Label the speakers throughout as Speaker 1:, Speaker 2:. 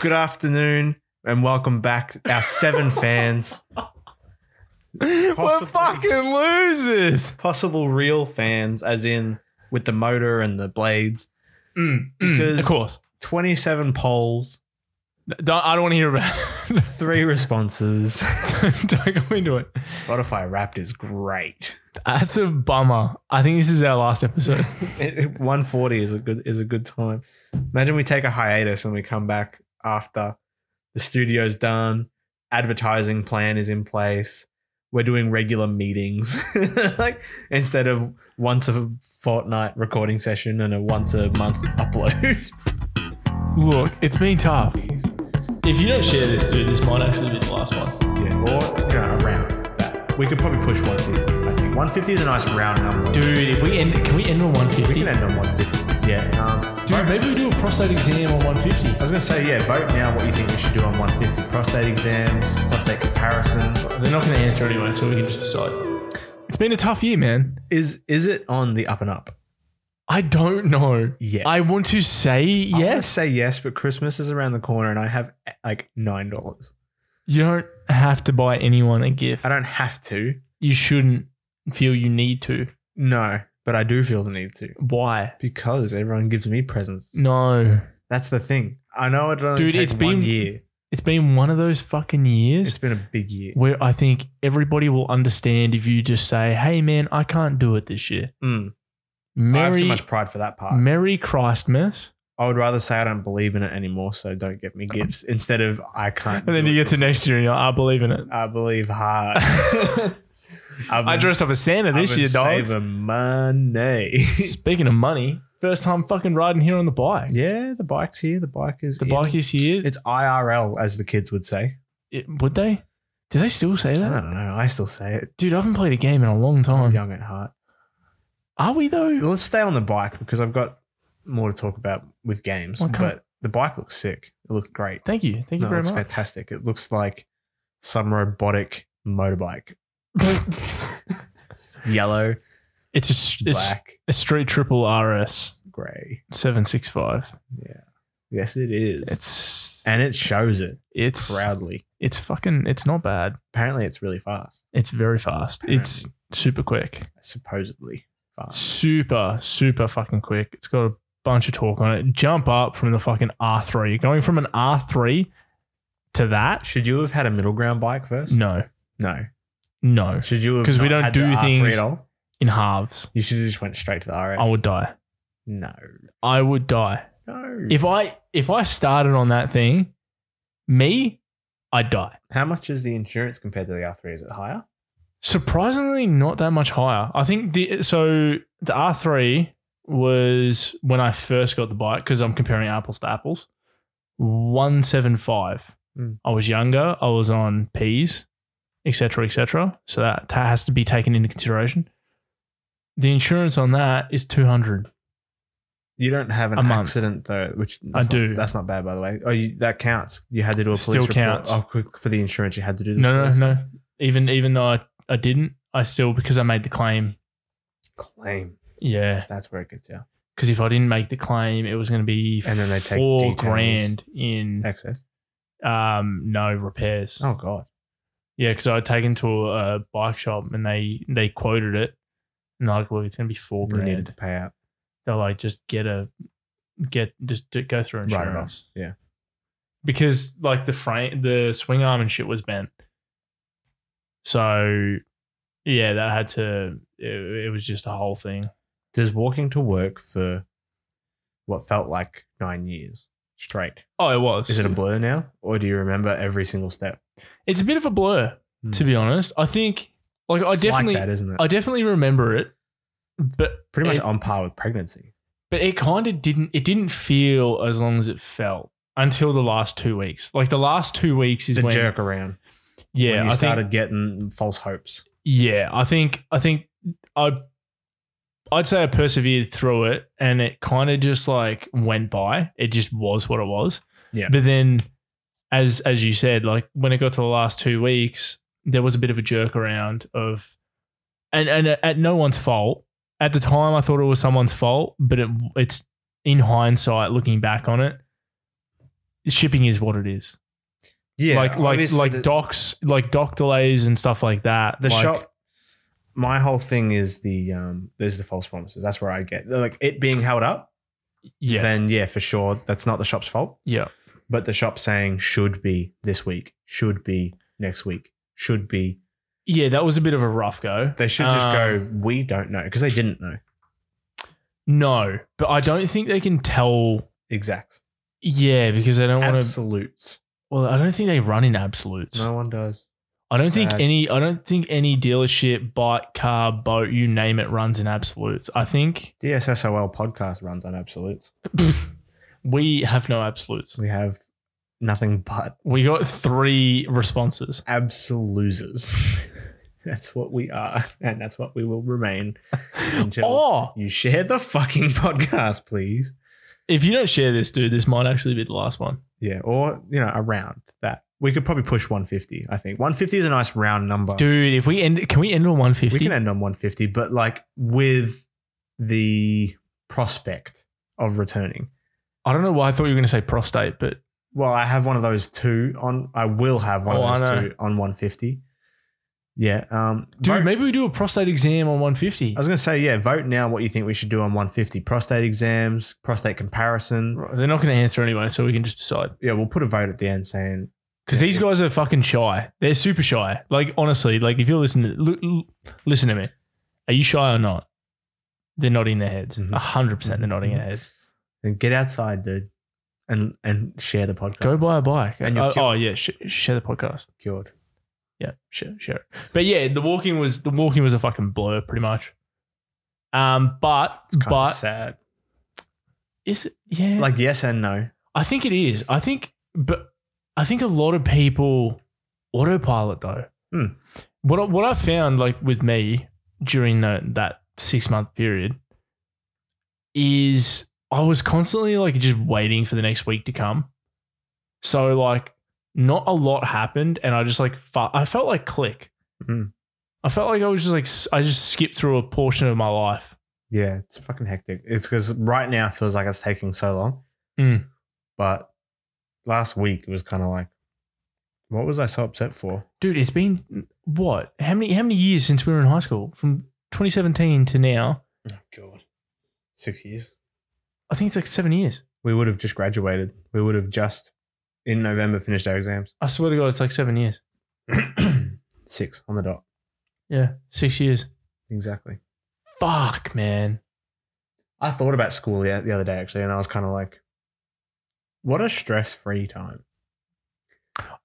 Speaker 1: Good afternoon and welcome back, our seven fans,
Speaker 2: We're
Speaker 3: Possibly.
Speaker 2: fucking losers.
Speaker 1: possible real fans, as in with the motor and the blades. Because-
Speaker 2: Mm, of course.
Speaker 1: 27 polls,
Speaker 2: Don't, I don't want to hear about it.
Speaker 1: three responses.
Speaker 2: don't go into it.
Speaker 1: Spotify Wrapped is great.
Speaker 2: That's a bummer. I think this is our last episode.
Speaker 1: It- it- 140 is a good is a good time. Imagine we take a hiatus and we come back after the studio's done, advertising plan is in place. We're doing regular meetings, like instead of once a fortnight recording session and a once a month upload.
Speaker 2: Look, it's been tough. If you don't share this, dude, this might actually be the last one.
Speaker 1: yeah, or you know, around that. We could probably push 150. I think 150 is a nice round number.
Speaker 2: Dude, if we end, can we end on
Speaker 1: we
Speaker 2: 150?
Speaker 1: can end on 150. Yeah. Um,
Speaker 2: Dude, maybe we do a prostate exam on 150.
Speaker 1: I was going to say, yeah, vote now what you think we should do on 150 prostate exams, prostate comparisons.
Speaker 2: They're not going to answer anyway, so we can just decide. It's been a tough year, man.
Speaker 1: Is is it on the up and up?
Speaker 2: I don't know.
Speaker 1: Yes.
Speaker 2: I want to say
Speaker 1: I wanna
Speaker 2: yes.
Speaker 1: say yes, but Christmas is around the corner and I have eh, like $9.
Speaker 2: You don't have to buy anyone a gift.
Speaker 1: I don't have to.
Speaker 2: You shouldn't feel you need to.
Speaker 1: No, but I do feel the need to
Speaker 2: Why?
Speaker 1: because everyone gives me presents.
Speaker 2: No.
Speaker 1: That's the thing. I know it only
Speaker 2: Mm. Dude,
Speaker 1: takes
Speaker 2: it's
Speaker 1: one
Speaker 2: been-
Speaker 1: year.
Speaker 2: It's been one of those fucking years
Speaker 1: It's been a big year.
Speaker 2: where I think everybody will understand if you just say, hey, man, I can't do it this year.
Speaker 1: Mm. I have too
Speaker 2: Merry,
Speaker 1: much pride for that part.
Speaker 2: Merry Christmas.
Speaker 1: I would rather say I don't believe in it anymore, so don't get me gifts instead of I can't.
Speaker 2: And then
Speaker 1: do
Speaker 2: you
Speaker 1: it
Speaker 2: get to
Speaker 1: this-
Speaker 2: next year and you're like, I believe in it.
Speaker 1: I believe hard. I've
Speaker 2: I
Speaker 1: been-
Speaker 2: dressed up as Santa
Speaker 1: I've
Speaker 2: this
Speaker 1: been
Speaker 2: year, dog.
Speaker 1: Saving money.
Speaker 2: Speaking of money, first time fucking riding here on the bike.
Speaker 1: yeah, the bike's here. The bike is
Speaker 2: The
Speaker 1: in.
Speaker 2: bike is here.
Speaker 1: It's IRL, as the kids would say.
Speaker 2: It- would they? Do they still say
Speaker 1: I
Speaker 2: that?
Speaker 1: don't know. I still say it.
Speaker 2: Dude, I haven't played a game in a long
Speaker 1: I'm
Speaker 2: time.
Speaker 1: young at heart.
Speaker 2: Are we though?
Speaker 1: Well, let's stay on the bike because I've got more to talk about with games.
Speaker 2: Well, come-
Speaker 1: But the bike looks sick. It looked great.
Speaker 2: Thank you. Thank you
Speaker 1: No,
Speaker 2: very
Speaker 1: it's
Speaker 2: much.
Speaker 1: fantastic. It looks like some robotic motorbike. Yellow,
Speaker 2: It's a, s- it's
Speaker 1: black,
Speaker 2: a straight triple RS
Speaker 1: grey.
Speaker 2: 765.
Speaker 1: Yes, it is.
Speaker 2: It's
Speaker 1: and it shows it
Speaker 2: it's
Speaker 1: proudly.
Speaker 2: it's fucking it's not bad.
Speaker 1: Apparently, it's really fast.
Speaker 2: It's very fast. It's super quick.
Speaker 1: Supposedly fast.
Speaker 2: Super super fucking quick. It's got a bunch of torque on it. Jump up from the fucking R3. Going from an R3 to that?
Speaker 1: Should you have had a middle ground bike first?
Speaker 2: No.
Speaker 1: No.
Speaker 2: No.
Speaker 1: Should you have
Speaker 2: 'Cause we
Speaker 1: not
Speaker 2: don't
Speaker 1: had the
Speaker 2: do
Speaker 1: R3
Speaker 2: things-
Speaker 1: at all?
Speaker 2: In halves.
Speaker 1: You should have just went straight to the RS.
Speaker 2: I would die.
Speaker 1: No.
Speaker 2: I would die.
Speaker 1: No.
Speaker 2: If I if I started on that thing, me, I'd die.
Speaker 1: How much is the insurance compared to the R3? Is it higher?
Speaker 2: Surprisingly, not that much higher. I think the so the R three was when I first got the bike because I'm comparing apples to apples. One seven five.
Speaker 1: Mm.
Speaker 2: I was younger. I was on P's, etc., etc. So that that has to be taken into consideration. The insurance on that is two hundred.
Speaker 1: You don't have an
Speaker 2: A month.
Speaker 1: accident though, which
Speaker 2: I
Speaker 1: that's not-
Speaker 2: do.
Speaker 1: that's not bad by the way. Oh, you, that counts. You had to do a police
Speaker 2: Still
Speaker 1: report.
Speaker 2: counts.
Speaker 1: Oh, quick for the insurance, you had to do. The
Speaker 2: No, no,
Speaker 1: police
Speaker 2: no. Even even though I, I didn't, I still because I made the claim.
Speaker 1: Claim.
Speaker 2: Yeah.
Speaker 1: That's where it gets you.
Speaker 2: because if I didn't make the claim, it was going to be
Speaker 1: And then they take
Speaker 2: four
Speaker 1: details.
Speaker 2: grand in
Speaker 1: Excess.
Speaker 2: um no repairs.
Speaker 1: Oh god.
Speaker 2: Yeah, because I'd taken to a, a bike shop and they they quoted it, and they're like, look, it's going to be four
Speaker 1: We needed to
Speaker 2: grand.
Speaker 1: pay out.
Speaker 2: They're like, just get a get just do, go through
Speaker 1: Write it off.
Speaker 2: insurance.
Speaker 1: Yeah.
Speaker 2: because like the frame, the swing arm and shit was bent, so yeah, that had to. It, it was just a whole thing.
Speaker 1: Does walking to work for what felt like nine years straight?
Speaker 2: Oh, it was.
Speaker 1: Is it a blur now, or do you remember every single step?
Speaker 2: It's a bit of a blur,
Speaker 1: Hmm.
Speaker 2: to be honest. I think, like, I
Speaker 1: It's
Speaker 2: definitely,
Speaker 1: like that, isn't it?
Speaker 2: I definitely remember it, but
Speaker 1: Pretty much
Speaker 2: it,
Speaker 1: on par with pregnancy.
Speaker 2: but it kind of didn't. It didn't feel as long as it felt until the last two weeks. Like the last two weeks is
Speaker 1: The
Speaker 2: when,
Speaker 1: jerk around.
Speaker 2: yeah,
Speaker 1: when you
Speaker 2: I
Speaker 1: started
Speaker 2: think,
Speaker 1: getting false hopes.
Speaker 2: yeah, I think, I think, I, I'd say I persevered through it, and it kind of just like went by. It just was what it was.
Speaker 1: Yeah.
Speaker 2: But then, as as you said, like when it got to the last two weeks, there was a bit of a jerk around of, and and at no one's fault. At the time, I thought it was someone's fault, but it it's in hindsight, looking back on it, shipping is what it is.
Speaker 1: Yeah,
Speaker 2: like like
Speaker 1: obviously
Speaker 2: like
Speaker 1: the,
Speaker 2: docks, like dock delays and stuff like that.
Speaker 1: the
Speaker 2: like,
Speaker 1: shop. My whole thing is the um, there's the false promises. That's where I get like it being held up.
Speaker 2: Yeah,
Speaker 1: Then yeah, for sure, that's not the shop's fault.
Speaker 2: yeah,
Speaker 1: But the shop saying should be this week, should be next week, should be.
Speaker 2: yeah. That was a bit of a rough go.
Speaker 1: They should just go.
Speaker 2: Um,
Speaker 1: We don't know because they didn't know.
Speaker 2: No, but I don't think they can tell.
Speaker 1: Exact
Speaker 2: Yeah, because they don't want to.
Speaker 1: absolutes.
Speaker 2: Well, I don't think they run in absolutes.
Speaker 1: No one does.
Speaker 2: I don't think
Speaker 1: Sad.
Speaker 2: any. I don't think any dealership, bike, car, boat, you name it, runs in absolutes. I think
Speaker 1: DSSOL podcast runs on absolutes.
Speaker 2: we have no absolutes.
Speaker 1: We have nothing but
Speaker 2: We got three responses.
Speaker 1: absolusers. that's what we are, and that's what we will remain until
Speaker 2: Oh,
Speaker 1: you share the fucking podcast, please.
Speaker 2: if you don't share this, dude, this might actually be the last one.
Speaker 1: Yeah, or you know, around that. We could probably push 150. I think 150 is a nice round number.
Speaker 2: Dude, if we end, can we end on one
Speaker 1: we
Speaker 2: fifty?
Speaker 1: can end on 150, but like with the prospect of returning.
Speaker 2: I don't know why I thought you were going to say prostate, but
Speaker 1: Well, I have one of those two on. I will have one
Speaker 2: Oh, I
Speaker 1: of those
Speaker 2: know.
Speaker 1: two on 150. Yeah. Um,
Speaker 2: dude,
Speaker 1: vote-
Speaker 2: maybe we do a prostate exam on one fifty.
Speaker 1: I was going to say, yeah, vote now what you think we should do on 150 prostate exams, prostate comparison.
Speaker 2: They're not going to answer anyway, so we can just decide.
Speaker 1: Yeah, we'll put a vote at the end saying,
Speaker 2: Because
Speaker 1: Yeah,
Speaker 2: these
Speaker 1: if-
Speaker 2: guys are fucking shy. They're super shy. Like honestly, like if you're listening, l- l- listen to me. Are you shy or not? They're nodding their heads.
Speaker 1: Mhm.
Speaker 2: A hundred percent, they're nodding their heads.
Speaker 1: and get outside, dude, and and share the podcast.
Speaker 2: Go buy a bike.
Speaker 1: And you're
Speaker 2: oh,
Speaker 1: cute.
Speaker 2: oh, yeah, sh- share the podcast.
Speaker 1: cured.
Speaker 2: Yeah, share, share it. But yeah, the walking was the walking was a fucking blur, pretty much. Um, but
Speaker 1: It's kind
Speaker 2: but
Speaker 1: of sad.
Speaker 2: is it? Yeah,
Speaker 1: Like yes and no.
Speaker 2: I think it is. I think, but I think a lot of people autopilot though.
Speaker 1: Hmm.
Speaker 2: What I, what I found like with me during the, that six month period is I was constantly like just waiting for the next week to come. So like not a lot happened, and I just like fu- I felt like click.
Speaker 1: Hmm.
Speaker 2: I felt like I was just like s- I just skipped through a portion of my life.
Speaker 1: Yeah, it's fucking hectic. It's because right now it feels like it's taking so long.
Speaker 2: Mm.
Speaker 1: But last week it was kind of like, what was I so upset for?
Speaker 2: dude it's been what how many how many years since we were in high school from 2017 to now
Speaker 1: Oh god, six years.
Speaker 2: i think it's like seven years
Speaker 1: We would have just graduated. We would have just in November finished our exams.
Speaker 2: i swear to god it's like seven years
Speaker 1: six on the dot.
Speaker 2: yeah six years
Speaker 1: Exactly.
Speaker 2: fuck man
Speaker 1: I thought about school the, the other day actually, and I was kind of like, what a stress-free time.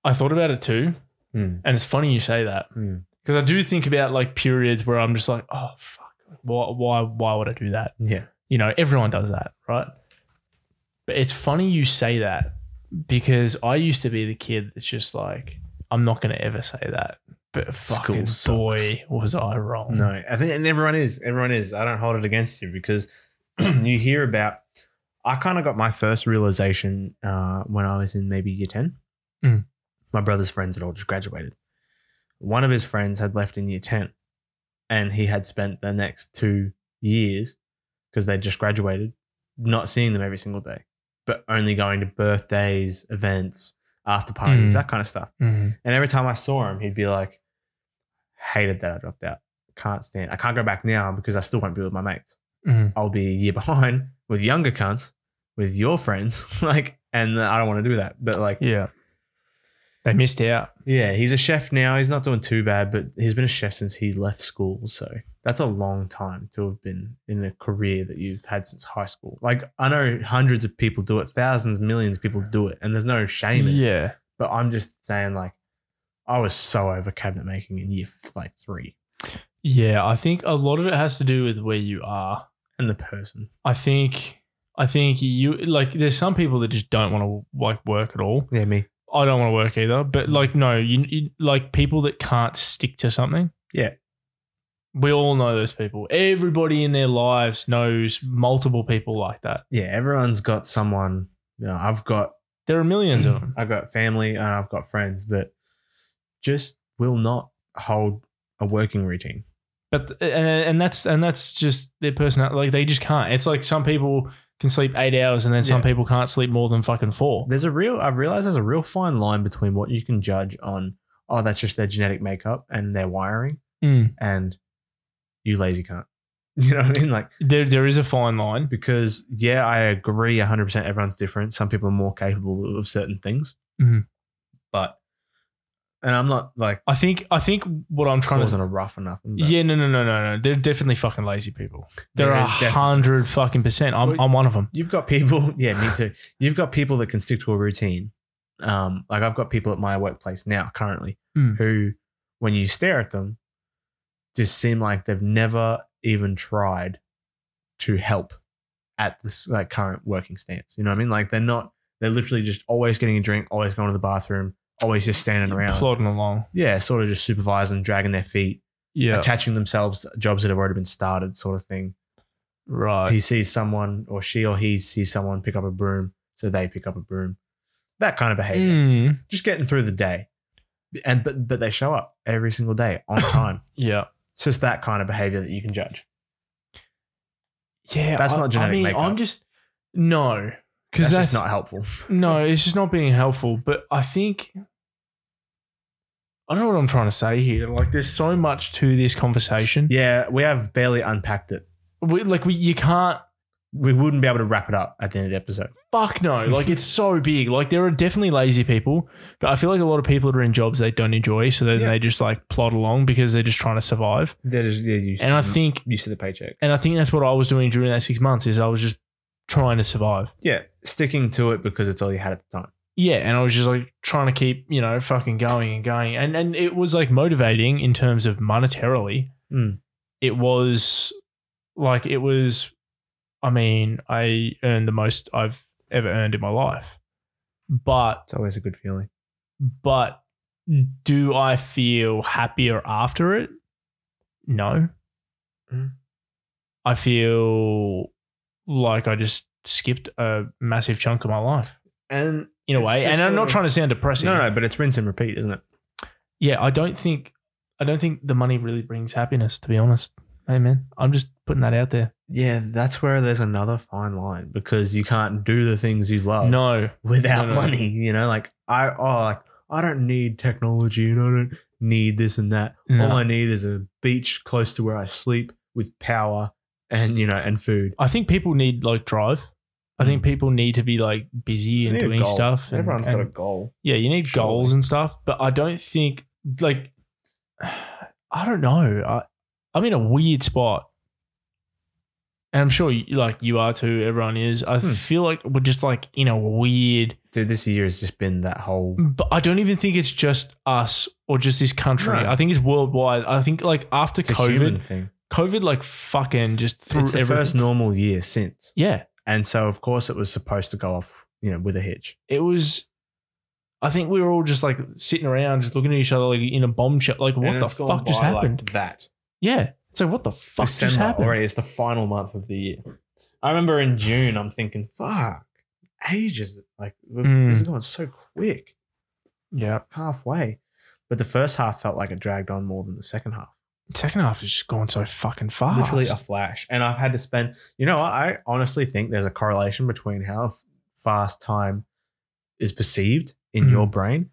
Speaker 2: i thought about it too
Speaker 1: Hmm.
Speaker 2: and it's funny you say that
Speaker 1: Hmm.
Speaker 2: because i do think about like periods where i'm just like oh fuck why why why would i do that
Speaker 1: Yeah.
Speaker 2: you know everyone does that right but it's funny you say that because i used to be the kid that's just like i'm not going to ever say that but fucking
Speaker 1: School
Speaker 2: boy was i wrong
Speaker 1: No, I think, and everyone is, everyone is. I don't hold it against you because you hear about. I kind of got my first realization uh, when I was in maybe year ten.
Speaker 2: Mm.
Speaker 1: My brother's friends had all just graduated. One of his friends had left in year ten, and he had spent the next two years because they just graduated, not seeing them every single day, but only going to birthdays, events, after parties,
Speaker 2: Mm.
Speaker 1: that kind of stuff.
Speaker 2: Mhm.
Speaker 1: And every time I saw him, he'd be like, hated that I dropped out. Can't stand. I can't go back now because I still won't be with my mates.
Speaker 2: Mhm.
Speaker 1: I'll be a year behind with younger cunts, with your friends. like, and I don't want to do that. But like, yeah.
Speaker 2: yeah they missed out
Speaker 1: he's a chef now. He's not doing too bad, but he's been a chef since he left school. So that's a long time to have been in a career that you've had since high school. Like, I know hundreds of people do it, thousands, millions of people do it, and there's no shame in it.
Speaker 2: yeah
Speaker 1: But I'm just saying, like, I was so over cabinet making in year f- like three,
Speaker 2: yeah i think a lot of it has to do with where you are
Speaker 1: and the person.
Speaker 2: i think i think you like there's some people that just don't want to like work at all
Speaker 1: Yeah, me.
Speaker 2: I don't want to work either. But like, no, you, you like people that can't stick to something.
Speaker 1: Yeah.
Speaker 2: We all know those people. Everybody in their lives knows multiple people like that.
Speaker 1: Yeah, everyone's got someone. You know, I've got
Speaker 2: There are millions of them.
Speaker 1: I've got family and I've got friends that just will not hold a working routine.
Speaker 2: uh, But and, and that's and that's just their personality. Like they just can't. It's like some people can sleep eight hours, and then some
Speaker 1: Yeah.
Speaker 2: people can't sleep more than fucking four.
Speaker 1: There's a real, I've realized there's a real fine line between what you can judge on, oh, that's just their genetic makeup and their wiring,
Speaker 2: Mm.
Speaker 1: and you lazy cunt. You know what I mean? Like,
Speaker 2: There, there is a fine line.
Speaker 1: because yeah, I agree 100% everyone's different. Some people are more capable of certain things.
Speaker 2: Mhm.
Speaker 1: But, and I'm not like
Speaker 2: I think, I think what I'm trying
Speaker 1: causing
Speaker 2: to.
Speaker 1: a rough or nothing. but
Speaker 2: Yeah, no, no, no, no, no. They're definitely fucking lazy people. There
Speaker 1: there
Speaker 2: are a
Speaker 1: is definitely-
Speaker 2: hundred fucking percent. I'm,
Speaker 1: Well,
Speaker 2: I'm one of them.
Speaker 1: You've got people, yeah, me too. You've got people that can stick to a routine. Um, like I've got people at my workplace now currently
Speaker 2: Mm.
Speaker 1: who, when you stare at them, just seem like they've never even tried to help at this like current working stance. You know what I mean? Like they're not. They're literally just always getting a drink, always going to the bathroom, always just standing around.
Speaker 2: Plodding along.
Speaker 1: yeah, sort of just supervising, dragging their feet,
Speaker 2: Yeah.
Speaker 1: attaching themselves to jobs that have already been started, sort of thing
Speaker 2: right.
Speaker 1: he sees someone or she or he sees someone pick up a broom, so they pick up a broom. That kind of behavior.
Speaker 2: Mm.
Speaker 1: Just getting through the day. And but but they show up every single day on time.
Speaker 2: Yeah.
Speaker 1: it's just that kind of behavior that you can judge.
Speaker 2: Yeah.
Speaker 1: That's
Speaker 2: I,
Speaker 1: not genetic
Speaker 2: I mean,
Speaker 1: makeup.
Speaker 2: I'm just no, because
Speaker 1: Because
Speaker 2: that's,
Speaker 1: that's, just not helpful.
Speaker 2: no, it's just not being helpful. But I think I don't know what I'm trying to say here. Like, there's so much to this conversation.
Speaker 1: Yeah, we have barely unpacked it.
Speaker 2: We, like, we, you can't.
Speaker 1: We wouldn't be able to wrap it up at the end of the episode.
Speaker 2: Fuck no. Like, it's so big. Like, there are definitely lazy people, but I feel like a lot of people that are in jobs they don't enjoy, so then
Speaker 1: Yeah.
Speaker 2: they just like plod along because they're just trying to survive.
Speaker 1: That is yeah, used
Speaker 2: And I think,
Speaker 1: used to the paycheck.
Speaker 2: and I think that's what I was doing during that six months is I was just trying to survive.
Speaker 1: Yeah, sticking to it because it's all you had at the time.
Speaker 2: yeah and i was just like trying to keep you know fucking going and going and and it was like motivating in terms of monetarily
Speaker 1: Mm.
Speaker 2: it was like it was i mean i earned the most i've ever earned in my life but
Speaker 1: It's always a good feeling.
Speaker 2: but do i feel happier after it no
Speaker 1: Mm.
Speaker 2: i feel like i just skipped a massive chunk of my life
Speaker 1: And
Speaker 2: in a
Speaker 1: It's
Speaker 2: way
Speaker 1: just
Speaker 2: and i'm
Speaker 1: sort
Speaker 2: not
Speaker 1: of-
Speaker 2: trying to sound depressing
Speaker 1: no, no, but it's rinse and repeat, isn't it?
Speaker 2: yeah, I don't think I don't think the money really brings happiness, to be honest. Hey man, I'm just putting that out there.
Speaker 1: Yeah, that's where there's another fine line because you can't do the things you love
Speaker 2: no.
Speaker 1: without
Speaker 2: No, no.
Speaker 1: money. You know, like I oh like I don't need technology and I don't need this and that.
Speaker 2: no.
Speaker 1: All I need is a beach close to where I sleep with power and you know and food.
Speaker 2: I think people need like drive. I think people need to be like busy and
Speaker 1: Hmm. need a
Speaker 2: doing
Speaker 1: goal.
Speaker 2: stuff. And,
Speaker 1: Everyone's
Speaker 2: and-
Speaker 1: got a goal.
Speaker 2: yeah, you need
Speaker 1: surely.
Speaker 2: goals and stuff, but I don't think like I don't know. I I'm in a weird spot. And I'm sure you, like you are too, everyone is. I
Speaker 1: Hmm.
Speaker 2: feel like we're just like in a weird
Speaker 1: Dude, this year has just been that whole
Speaker 2: But I don't even think it's just us or just this country.
Speaker 1: No.
Speaker 2: I think it's worldwide. I think like after
Speaker 1: it's a human
Speaker 2: COVID,
Speaker 1: thing.
Speaker 2: COVID like fucking just threw
Speaker 1: It's the
Speaker 2: everything.
Speaker 1: first normal year since.
Speaker 2: yeah,
Speaker 1: And so of course it was supposed to go off, you know, with a hitch.
Speaker 2: it was. I think we were all just like sitting around, just looking at each other like in a bomb shell. Like what
Speaker 1: And
Speaker 2: the
Speaker 1: it's gone
Speaker 2: fuck just
Speaker 1: by
Speaker 2: happened?
Speaker 1: Like that.
Speaker 2: yeah, it's like what the fuck just
Speaker 1: December
Speaker 2: happened?
Speaker 1: already. It's the final month of the year. I remember in June, I'm thinking, fuck, ages. Like, we've-
Speaker 2: Mm.
Speaker 1: this is going so quick,
Speaker 2: Yeah,
Speaker 1: halfway. But the first half felt like it dragged on more than the second half.
Speaker 2: second half is just going so fucking fast.
Speaker 1: Literally a flash. And I've had to spend, you know, what? I honestly think there's a correlation between how f- fast time is perceived in
Speaker 2: Mm.
Speaker 1: your brain,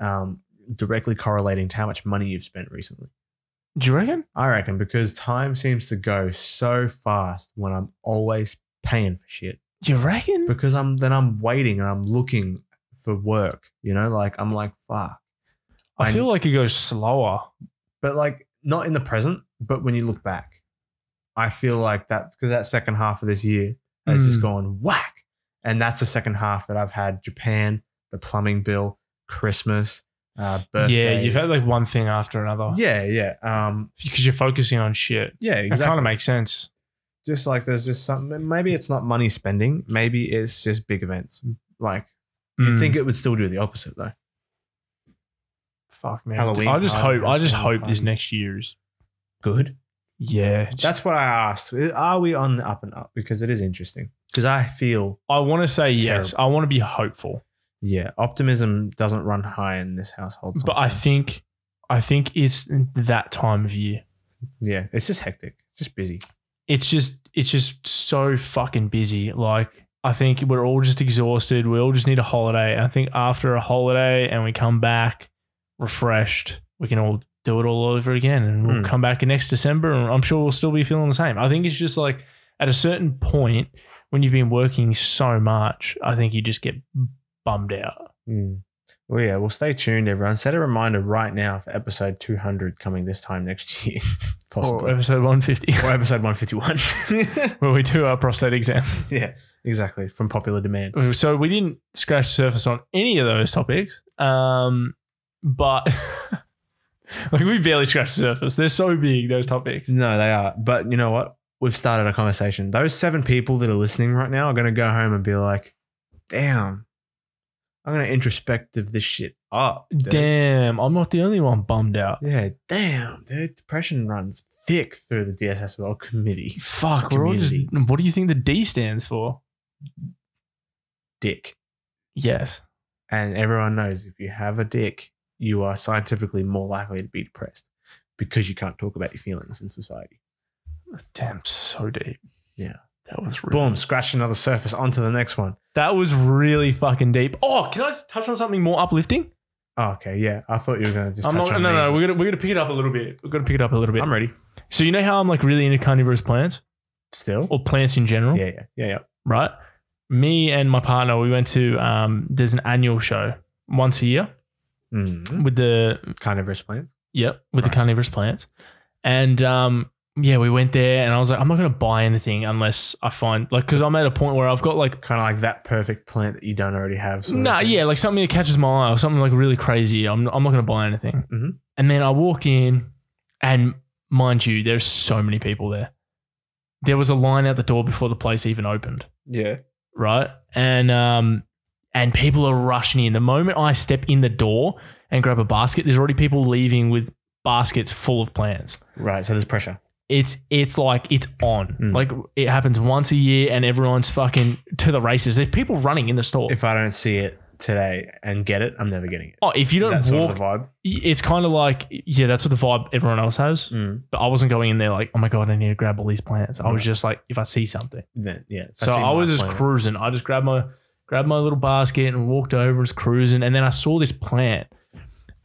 Speaker 1: um, directly correlating to how much money you've spent recently.
Speaker 2: Do you reckon?
Speaker 1: I reckon because time seems to go so fast when I'm always paying for shit.
Speaker 2: Do you reckon?
Speaker 1: because I'm then I'm waiting and I'm looking for work. You know, like I'm like fuck,
Speaker 2: I feel like it goes slower.
Speaker 1: but like not in the present, but when you look back, I feel like that's because that second half of this year has just
Speaker 2: Mm.
Speaker 1: gone whack, and that's the second half that I've had Japan, the plumbing bill, Christmas, uh, birthdays.
Speaker 2: Yeah, you've had like one thing after another.
Speaker 1: yeah, yeah, um,
Speaker 2: because you're focusing on shit.
Speaker 1: yeah,
Speaker 2: That kind
Speaker 1: exactly.
Speaker 2: of makes sense.
Speaker 1: just like there's just something. Maybe it's not money spending. Maybe it's just big events. Like you'd
Speaker 2: Mm.
Speaker 1: think it would still do the opposite though.
Speaker 2: Fuck man.
Speaker 1: Halloween
Speaker 2: I just
Speaker 1: party,
Speaker 2: hope. I just
Speaker 1: Halloween
Speaker 2: hope this
Speaker 1: party.
Speaker 2: next year's.
Speaker 1: Good.
Speaker 2: Yeah, just-
Speaker 1: That's what I asked. Are we on the up and up? Because it is interesting. Because I feel,
Speaker 2: I want to say yes. I want to be hopeful,
Speaker 1: yeah, optimism doesn't run high in this household.
Speaker 2: but I
Speaker 1: sometimes.
Speaker 2: think, I think it's that time of year.
Speaker 1: yeah, it's just hectic, just busy.
Speaker 2: it's just it's just so fucking busy. Like I think we're all just exhausted. We all just need a holiday. And I think after a holiday and we come back refreshed, we can all do it all over again. And we'll
Speaker 1: Hmm.
Speaker 2: come back in next December and I'm sure we'll still be feeling the same. I think it's just like at a certain point when you've been working so much, I think you just get bummed out.
Speaker 1: Mm. Well, yeah, well, stay tuned, everyone. Set a reminder right now for episode 200 coming this time next year,
Speaker 2: Or
Speaker 1: possibly. Or,
Speaker 2: episode 150
Speaker 1: episode 151.
Speaker 2: where we do our prostate exam.
Speaker 1: yeah, exactly. From popular demand.
Speaker 2: So we didn't scratch the surface on any of those topics. Um, but like we barely scratched the surface. They're so big, those topics.
Speaker 1: No, they are. But you know what? We've started a conversation. Those seven people that are listening right now are going to go home and be like, damn, I'm going to introspective this shit up. dude."
Speaker 2: Damn, I'm not the only one bummed out.
Speaker 1: Yeah, damn, dude. Depression runs thick through the DSSL committee.
Speaker 2: Fuck, we're all just
Speaker 1: Community.
Speaker 2: what do you think the D stands for?
Speaker 1: Dick.
Speaker 2: Yes.
Speaker 1: And everyone knows if you have a dick, you are scientifically more likely to be depressed because you can't talk about your feelings in society.
Speaker 2: Damn, so deep.
Speaker 1: Yeah.
Speaker 2: That was real.
Speaker 1: Boom, scratch another surface onto the next one.
Speaker 2: That was really fucking deep. Oh, can I just touch on something more uplifting?
Speaker 1: Oh, okay, yeah. I thought you were going to just
Speaker 2: I'm
Speaker 1: touch
Speaker 2: not, no,
Speaker 1: on me.
Speaker 2: no, we're gonna we're gonna pick it up a little bit. We're gonna pick it up a little bit.
Speaker 1: I'm ready.
Speaker 2: so you know how I'm like really into carnivorous plants
Speaker 1: Still?
Speaker 2: or plants in general?
Speaker 1: Yeah, yeah, yeah, yeah.
Speaker 2: right? Me and my partner, we went to um, there's an annual show once a year
Speaker 1: Mm.
Speaker 2: with the
Speaker 1: Carnivorous plants.
Speaker 2: yep with the
Speaker 1: Right.
Speaker 2: carnivorous plants, and um, yeah, we went there, and I was like, I'm not gonna buy anything unless I find like because I'm at a point where I've got like
Speaker 1: Kind of like that perfect plant that you don't already have. sort of
Speaker 2: Nah,
Speaker 1: thing.
Speaker 2: yeah, like something that catches my eye or something like really crazy. I'm, I'm not going to buy anything.
Speaker 1: Mhm.
Speaker 2: And then I walk in, and mind you, there's so many people there. There was a line out the door before the place even opened,
Speaker 1: Yeah.
Speaker 2: right? And um, and people are rushing in. The moment I step in the door and grab a basket, there's already people leaving with baskets full of plants.
Speaker 1: Right, so there's pressure.
Speaker 2: It's it's like it's on.
Speaker 1: Mm.
Speaker 2: Like it happens once a year, and everyone's fucking to the races. There's people running in the store.
Speaker 1: If I don't see it today and get it, I'm never getting it.
Speaker 2: oh, if you
Speaker 1: Is
Speaker 2: don't
Speaker 1: that sort
Speaker 2: walk
Speaker 1: of the vibe?
Speaker 2: it's kind of like yeah, that's what the vibe everyone else has.
Speaker 1: Mm.
Speaker 2: But I wasn't going in there like, oh my god, I need to grab all these plants. I was
Speaker 1: Right.
Speaker 2: just like, if I see something,
Speaker 1: Then, yeah. if
Speaker 2: so
Speaker 1: see
Speaker 2: I was
Speaker 1: my
Speaker 2: just
Speaker 1: plant-
Speaker 2: cruising. I just grabbed my grabbed my little basket and walked over, was cruising, and then I saw this plant,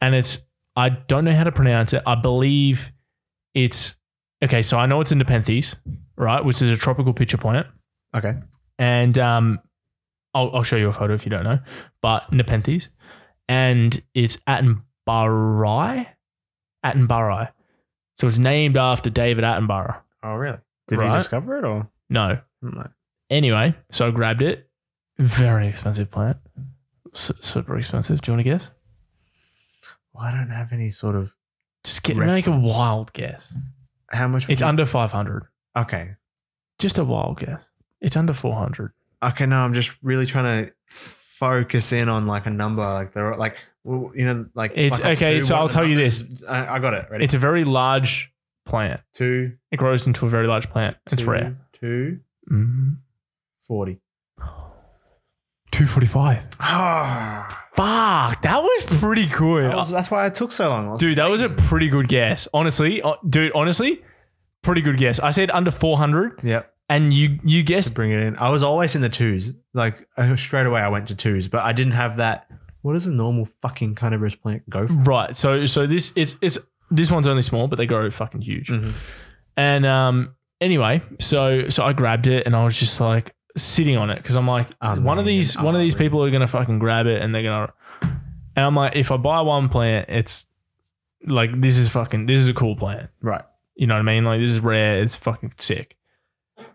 Speaker 2: and it's I don't know how to pronounce it. I believe it's okay. So I know it's indepenthes, right, which is a tropical pitcher plant,
Speaker 1: Okay.
Speaker 2: and um, I'll, I'll show you a photo if you don't know, but Nepenthes, and it's Attenbarai, Attenbarai. So it's named after David Attenborough.
Speaker 1: Oh, really? Did you
Speaker 2: Right.
Speaker 1: discover it or?
Speaker 2: No,
Speaker 1: No.
Speaker 2: Anyway, so I grabbed it. Very expensive plant. Su- super expensive. Do you want to guess?
Speaker 1: Well, I don't have any sort of
Speaker 2: Just get, make a
Speaker 1: Reference.
Speaker 2: wild guess.
Speaker 1: how much. would
Speaker 2: It's
Speaker 1: you-
Speaker 2: under 500.
Speaker 1: okay.
Speaker 2: Just a wild guess. It's under 400.
Speaker 1: Okay, no, I'm just really trying to focus in on like a number, like they're like well, you know, like
Speaker 2: It's-
Speaker 1: fuck up
Speaker 2: okay,
Speaker 1: two,
Speaker 2: so
Speaker 1: what are
Speaker 2: I'll
Speaker 1: the
Speaker 2: tell you
Speaker 1: numbers? I, I got it. Ready?
Speaker 2: It's a very large plant.
Speaker 1: two.
Speaker 2: It grows into a very large plant. It's
Speaker 1: two, Mm-hmm.
Speaker 2: rare.
Speaker 1: Two
Speaker 2: Mm.
Speaker 1: forty.
Speaker 2: 245.
Speaker 1: Ah,
Speaker 2: Fuck, that was pretty good. Uh,
Speaker 1: that was- that's why it took so long. I was-
Speaker 2: dude, that was a pretty good guess. Honestly, uh, dude, honestly, pretty good guess. I said under 400
Speaker 1: Yep,
Speaker 2: and you you
Speaker 1: to
Speaker 2: guessed
Speaker 1: bring it in. I was always in the twos. Like I- straight away, I went to twos, but I didn't have that. What does a normal fucking carnivorous plant go for?
Speaker 2: Right. So so this it's it's this one's only small, but they grow fucking huge.
Speaker 1: Mhm.
Speaker 2: And um anyway, so so I grabbed it and I was just like sitting on it because I'm like
Speaker 1: Oh,
Speaker 2: one
Speaker 1: man.
Speaker 2: of these one
Speaker 1: Oh,
Speaker 2: of these
Speaker 1: really?
Speaker 2: people are gonna fucking grab it and they're gonna and I'm like if I buy one plant, it's like this is fucking this is a cool plant.
Speaker 1: Right.
Speaker 2: You know what I mean? Like this is rare. It's fucking sick.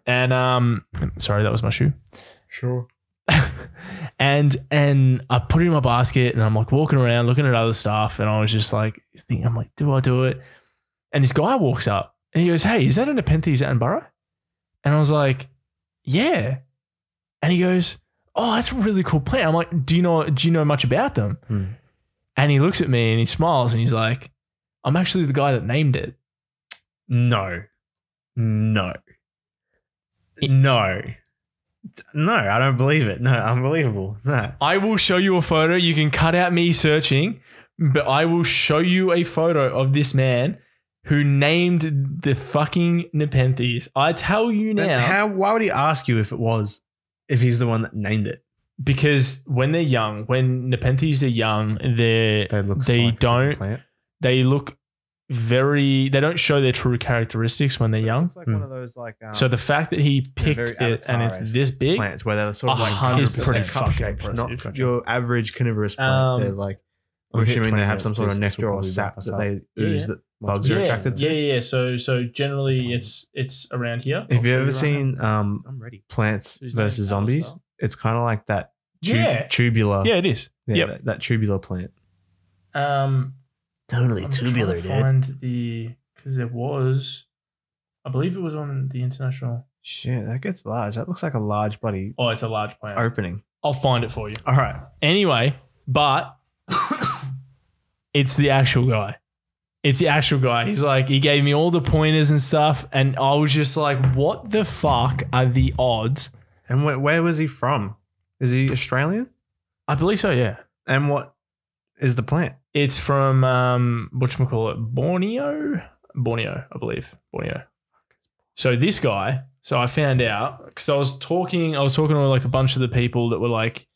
Speaker 2: And um sorry, that was my shoe
Speaker 1: Sure.
Speaker 2: and and I put it in my basket and I'm like walking around looking at other stuff and I was just like thinking, I'm like, do I do it? And this guy walks up and he goes, Hey, is that an Nepenthes Attenborough? And I was like, Yeah. And he goes, Oh, that's a really cool plant. I'm like, Do you know do you know much about them?
Speaker 1: Hmm.
Speaker 2: And he looks at me and he smiles and he's like, I'm actually the guy that named it.
Speaker 1: No. No.
Speaker 2: It-
Speaker 1: no. No, I don't believe it. No, unbelievable. No.
Speaker 2: I will show you a photo. You can cut out me searching, but I will show you a photo of this man who named the fucking Nepenthes. I tell you
Speaker 4: Then
Speaker 2: now,
Speaker 4: how? Why would he ask you if it was? If he's the one that named it,
Speaker 2: because when they're young, when Nepenthes are young, they're
Speaker 4: they look.
Speaker 2: They
Speaker 4: like a different
Speaker 2: don't-
Speaker 4: Plant.
Speaker 2: they look very. They don't show their true characteristics when they're young.
Speaker 4: It's like
Speaker 2: one
Speaker 4: of those like. um,
Speaker 2: So the fact that he
Speaker 4: They're
Speaker 2: picked
Speaker 4: very
Speaker 2: it and it's
Speaker 4: Avatar-esque
Speaker 2: this big,
Speaker 4: plants where they're sort of like
Speaker 2: A hundred
Speaker 4: 100%
Speaker 2: percent
Speaker 4: cup
Speaker 2: fucking
Speaker 4: shaped,
Speaker 2: impressive.
Speaker 4: not your average carnivorous plant.
Speaker 2: Um,
Speaker 4: they're like, I'm
Speaker 3: we've hit
Speaker 4: assuming they
Speaker 3: 20
Speaker 4: have some
Speaker 3: minutes,
Speaker 4: sort
Speaker 3: this-
Speaker 4: of
Speaker 3: this will
Speaker 4: nectar or
Speaker 3: probably
Speaker 4: sap
Speaker 3: wrap us
Speaker 4: that
Speaker 3: up.
Speaker 4: they
Speaker 2: Yeah,
Speaker 4: ooze
Speaker 2: yeah.
Speaker 4: that bugs
Speaker 2: yeah,
Speaker 4: are attracted to.
Speaker 2: yeah, yeah. So, so generally, it's it's around here.
Speaker 4: Have
Speaker 2: I'll
Speaker 4: you
Speaker 2: show
Speaker 4: ever
Speaker 2: right now.
Speaker 4: seen um,
Speaker 3: I'm ready.
Speaker 4: plants
Speaker 2: Whose name
Speaker 4: versus
Speaker 2: is
Speaker 4: zombies?
Speaker 2: Alistair?
Speaker 4: It's kind of like that tu-
Speaker 2: Yeah.
Speaker 4: tubular.
Speaker 2: Yeah, it is.
Speaker 4: yeah,
Speaker 2: yep.
Speaker 4: that, that tubular plant.
Speaker 2: Um,
Speaker 3: Totally
Speaker 2: I'm trying to Find the because there was, I believe it was on the international.
Speaker 4: Shit, that gets large. That looks like a large bloody
Speaker 2: Oh, it's a large plant.
Speaker 4: opening.
Speaker 2: I'll find it for you.
Speaker 4: All right.
Speaker 2: Anyway, but it's the actual guy. It's the actual guy. He's like, he gave me all the pointers and stuff, and I was just like, what the fuck are the odds?
Speaker 4: And where, where was he from? Is he Australian?
Speaker 2: I believe so. Yeah,
Speaker 4: And what is the plant?
Speaker 2: it's from um, what you call it, Borneo, Borneo, I believe, Borneo. So this guy, so I found out because I was talking, I was talking to like a bunch of the people that were like,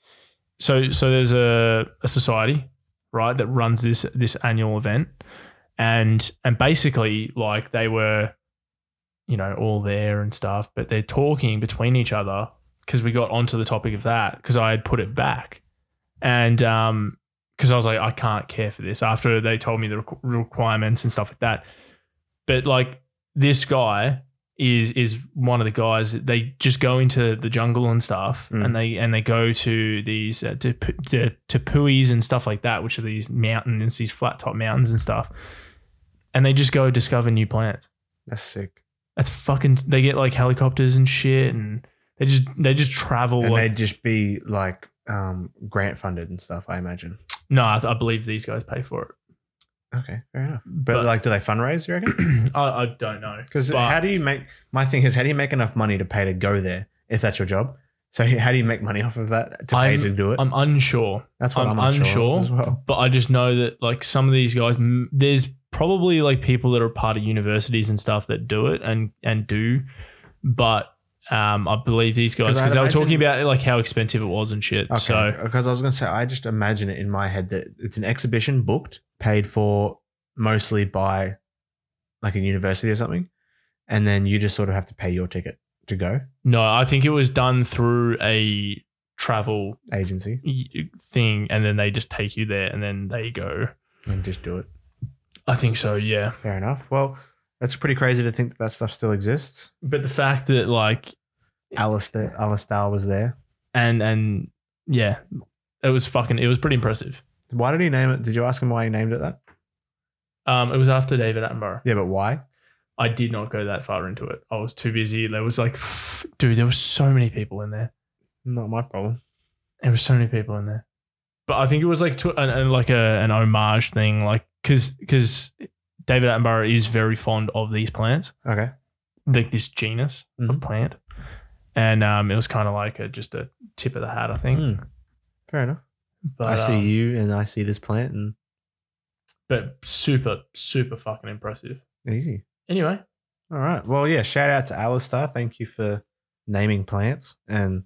Speaker 2: so so there's a, a society, right, that runs this this annual event, and and basically like they were, you know, all there and stuff, but they're talking between each other because we got onto the topic of that because I had put it back, and um because I was like I can't care for this after they told me the requ- requirements and stuff like that, but like this guy is is one of the guys that they just go into the jungle and stuff
Speaker 4: Mm.
Speaker 2: and they and they go to these uh, to, to, tepuis and stuff like that which are these mountains these flat top mountains and stuff and they just go discover new plants
Speaker 4: That's sick.
Speaker 2: that's fucking they get like helicopters and shit and they just they just travel
Speaker 4: and
Speaker 2: like,
Speaker 4: they'd just be like um, grant funded and stuff, I imagine.
Speaker 2: no I, I believe these guys pay for it
Speaker 4: Okay, fair enough. But,
Speaker 2: But-
Speaker 4: like, do they fundraise, you reckon?
Speaker 2: I, I don't know
Speaker 4: Because
Speaker 2: But-
Speaker 4: how do you make, my thing is, how do you make enough money to pay to go there if that's your job? So how do you make money off of that to pay
Speaker 2: I'm-
Speaker 4: to do it?
Speaker 2: I'm unsure
Speaker 4: that's what I'm,
Speaker 2: I'm
Speaker 4: unsure,
Speaker 2: unsure.
Speaker 4: of as well.
Speaker 2: but I just know that like some of these guys, m- there's probably like people that are part of universities and stuff that do it and and do, but um, I believe these guys
Speaker 4: 'Cause I'd
Speaker 2: because they were
Speaker 4: imagine-
Speaker 2: talking about like how expensive it was and shit.
Speaker 4: Okay,
Speaker 2: So
Speaker 4: because I was gonna say, I just imagine it in my head that it's an exhibition booked, paid for mostly by like a university or something, and then you just sort of have to pay your ticket to go
Speaker 2: no, I think it was done through a travel
Speaker 4: agency
Speaker 2: y- thing, and then they just take you there, and then they go.
Speaker 4: and just do it.
Speaker 2: I think so, yeah.
Speaker 4: Fair enough. Well, that's pretty crazy to think that that stuff still exists.
Speaker 2: But the fact that like
Speaker 4: Alistair, Alistair was there.
Speaker 2: and and yeah, it was fucking. It was pretty impressive.
Speaker 4: Why did he name it? Did you ask him why he named it that?
Speaker 2: Um, it was after David Attenborough.
Speaker 4: Yeah, but why?
Speaker 2: I did not go that far into it. I was too busy. There was like, dude, there were so many people in there.
Speaker 4: Not my problem.
Speaker 2: There were so many people in there. But I think it was like to, an, an- like a, an homage thing, like because because David Attenborough is very fond of these plants,
Speaker 4: Okay.
Speaker 2: like this genus of
Speaker 4: Mhm.
Speaker 2: plant, and um, it was kind of like a, just a tip of the hat, I think.
Speaker 4: Mm. Fair enough.
Speaker 2: But,
Speaker 4: I see
Speaker 2: um,
Speaker 4: you and I see this plant and
Speaker 2: but super super fucking impressive.
Speaker 4: easy.
Speaker 2: Anyway,
Speaker 4: All right. Well, yeah, shout out to Alistair. Thank you for naming plants and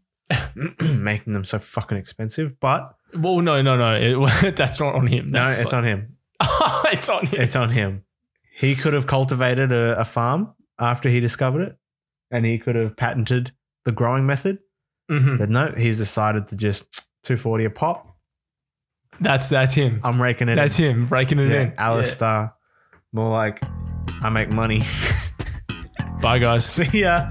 Speaker 4: making them so fucking expensive. But
Speaker 2: well, no, no, no, it, that's not on him.
Speaker 4: no,
Speaker 2: That's
Speaker 4: it's
Speaker 2: like-
Speaker 4: on him.
Speaker 2: it's on him.
Speaker 4: It's on him. He could have cultivated a, a farm after he discovered it and he could have patented the growing method.
Speaker 2: Mhm.
Speaker 4: But no, he's decided to just 240 a pop.
Speaker 2: That's that's him.
Speaker 4: I'm raking it
Speaker 2: That's
Speaker 4: in.
Speaker 2: him breaking it in.
Speaker 4: Yeah, Alistair. More like I make money.
Speaker 2: Yeah. Bye, guys.
Speaker 4: See ya.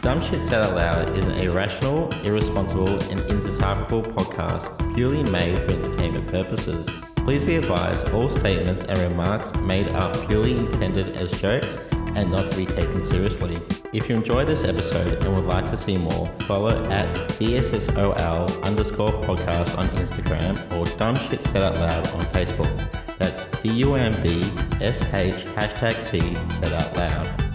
Speaker 3: Dumb Shit Said Out Loud is an irrational, irresponsible, and indecipherable podcast purely made for entertainment purposes. Please be advised all statements and remarks made are purely intended as jokes and not to be taken seriously. If you enjoy this episode and would like to see more, follow at DSSOL underscore podcast on Instagram or Dumb Shit Said Out Loud on Facebook. That's D-U-M-B-S-H hashtag T said out loud.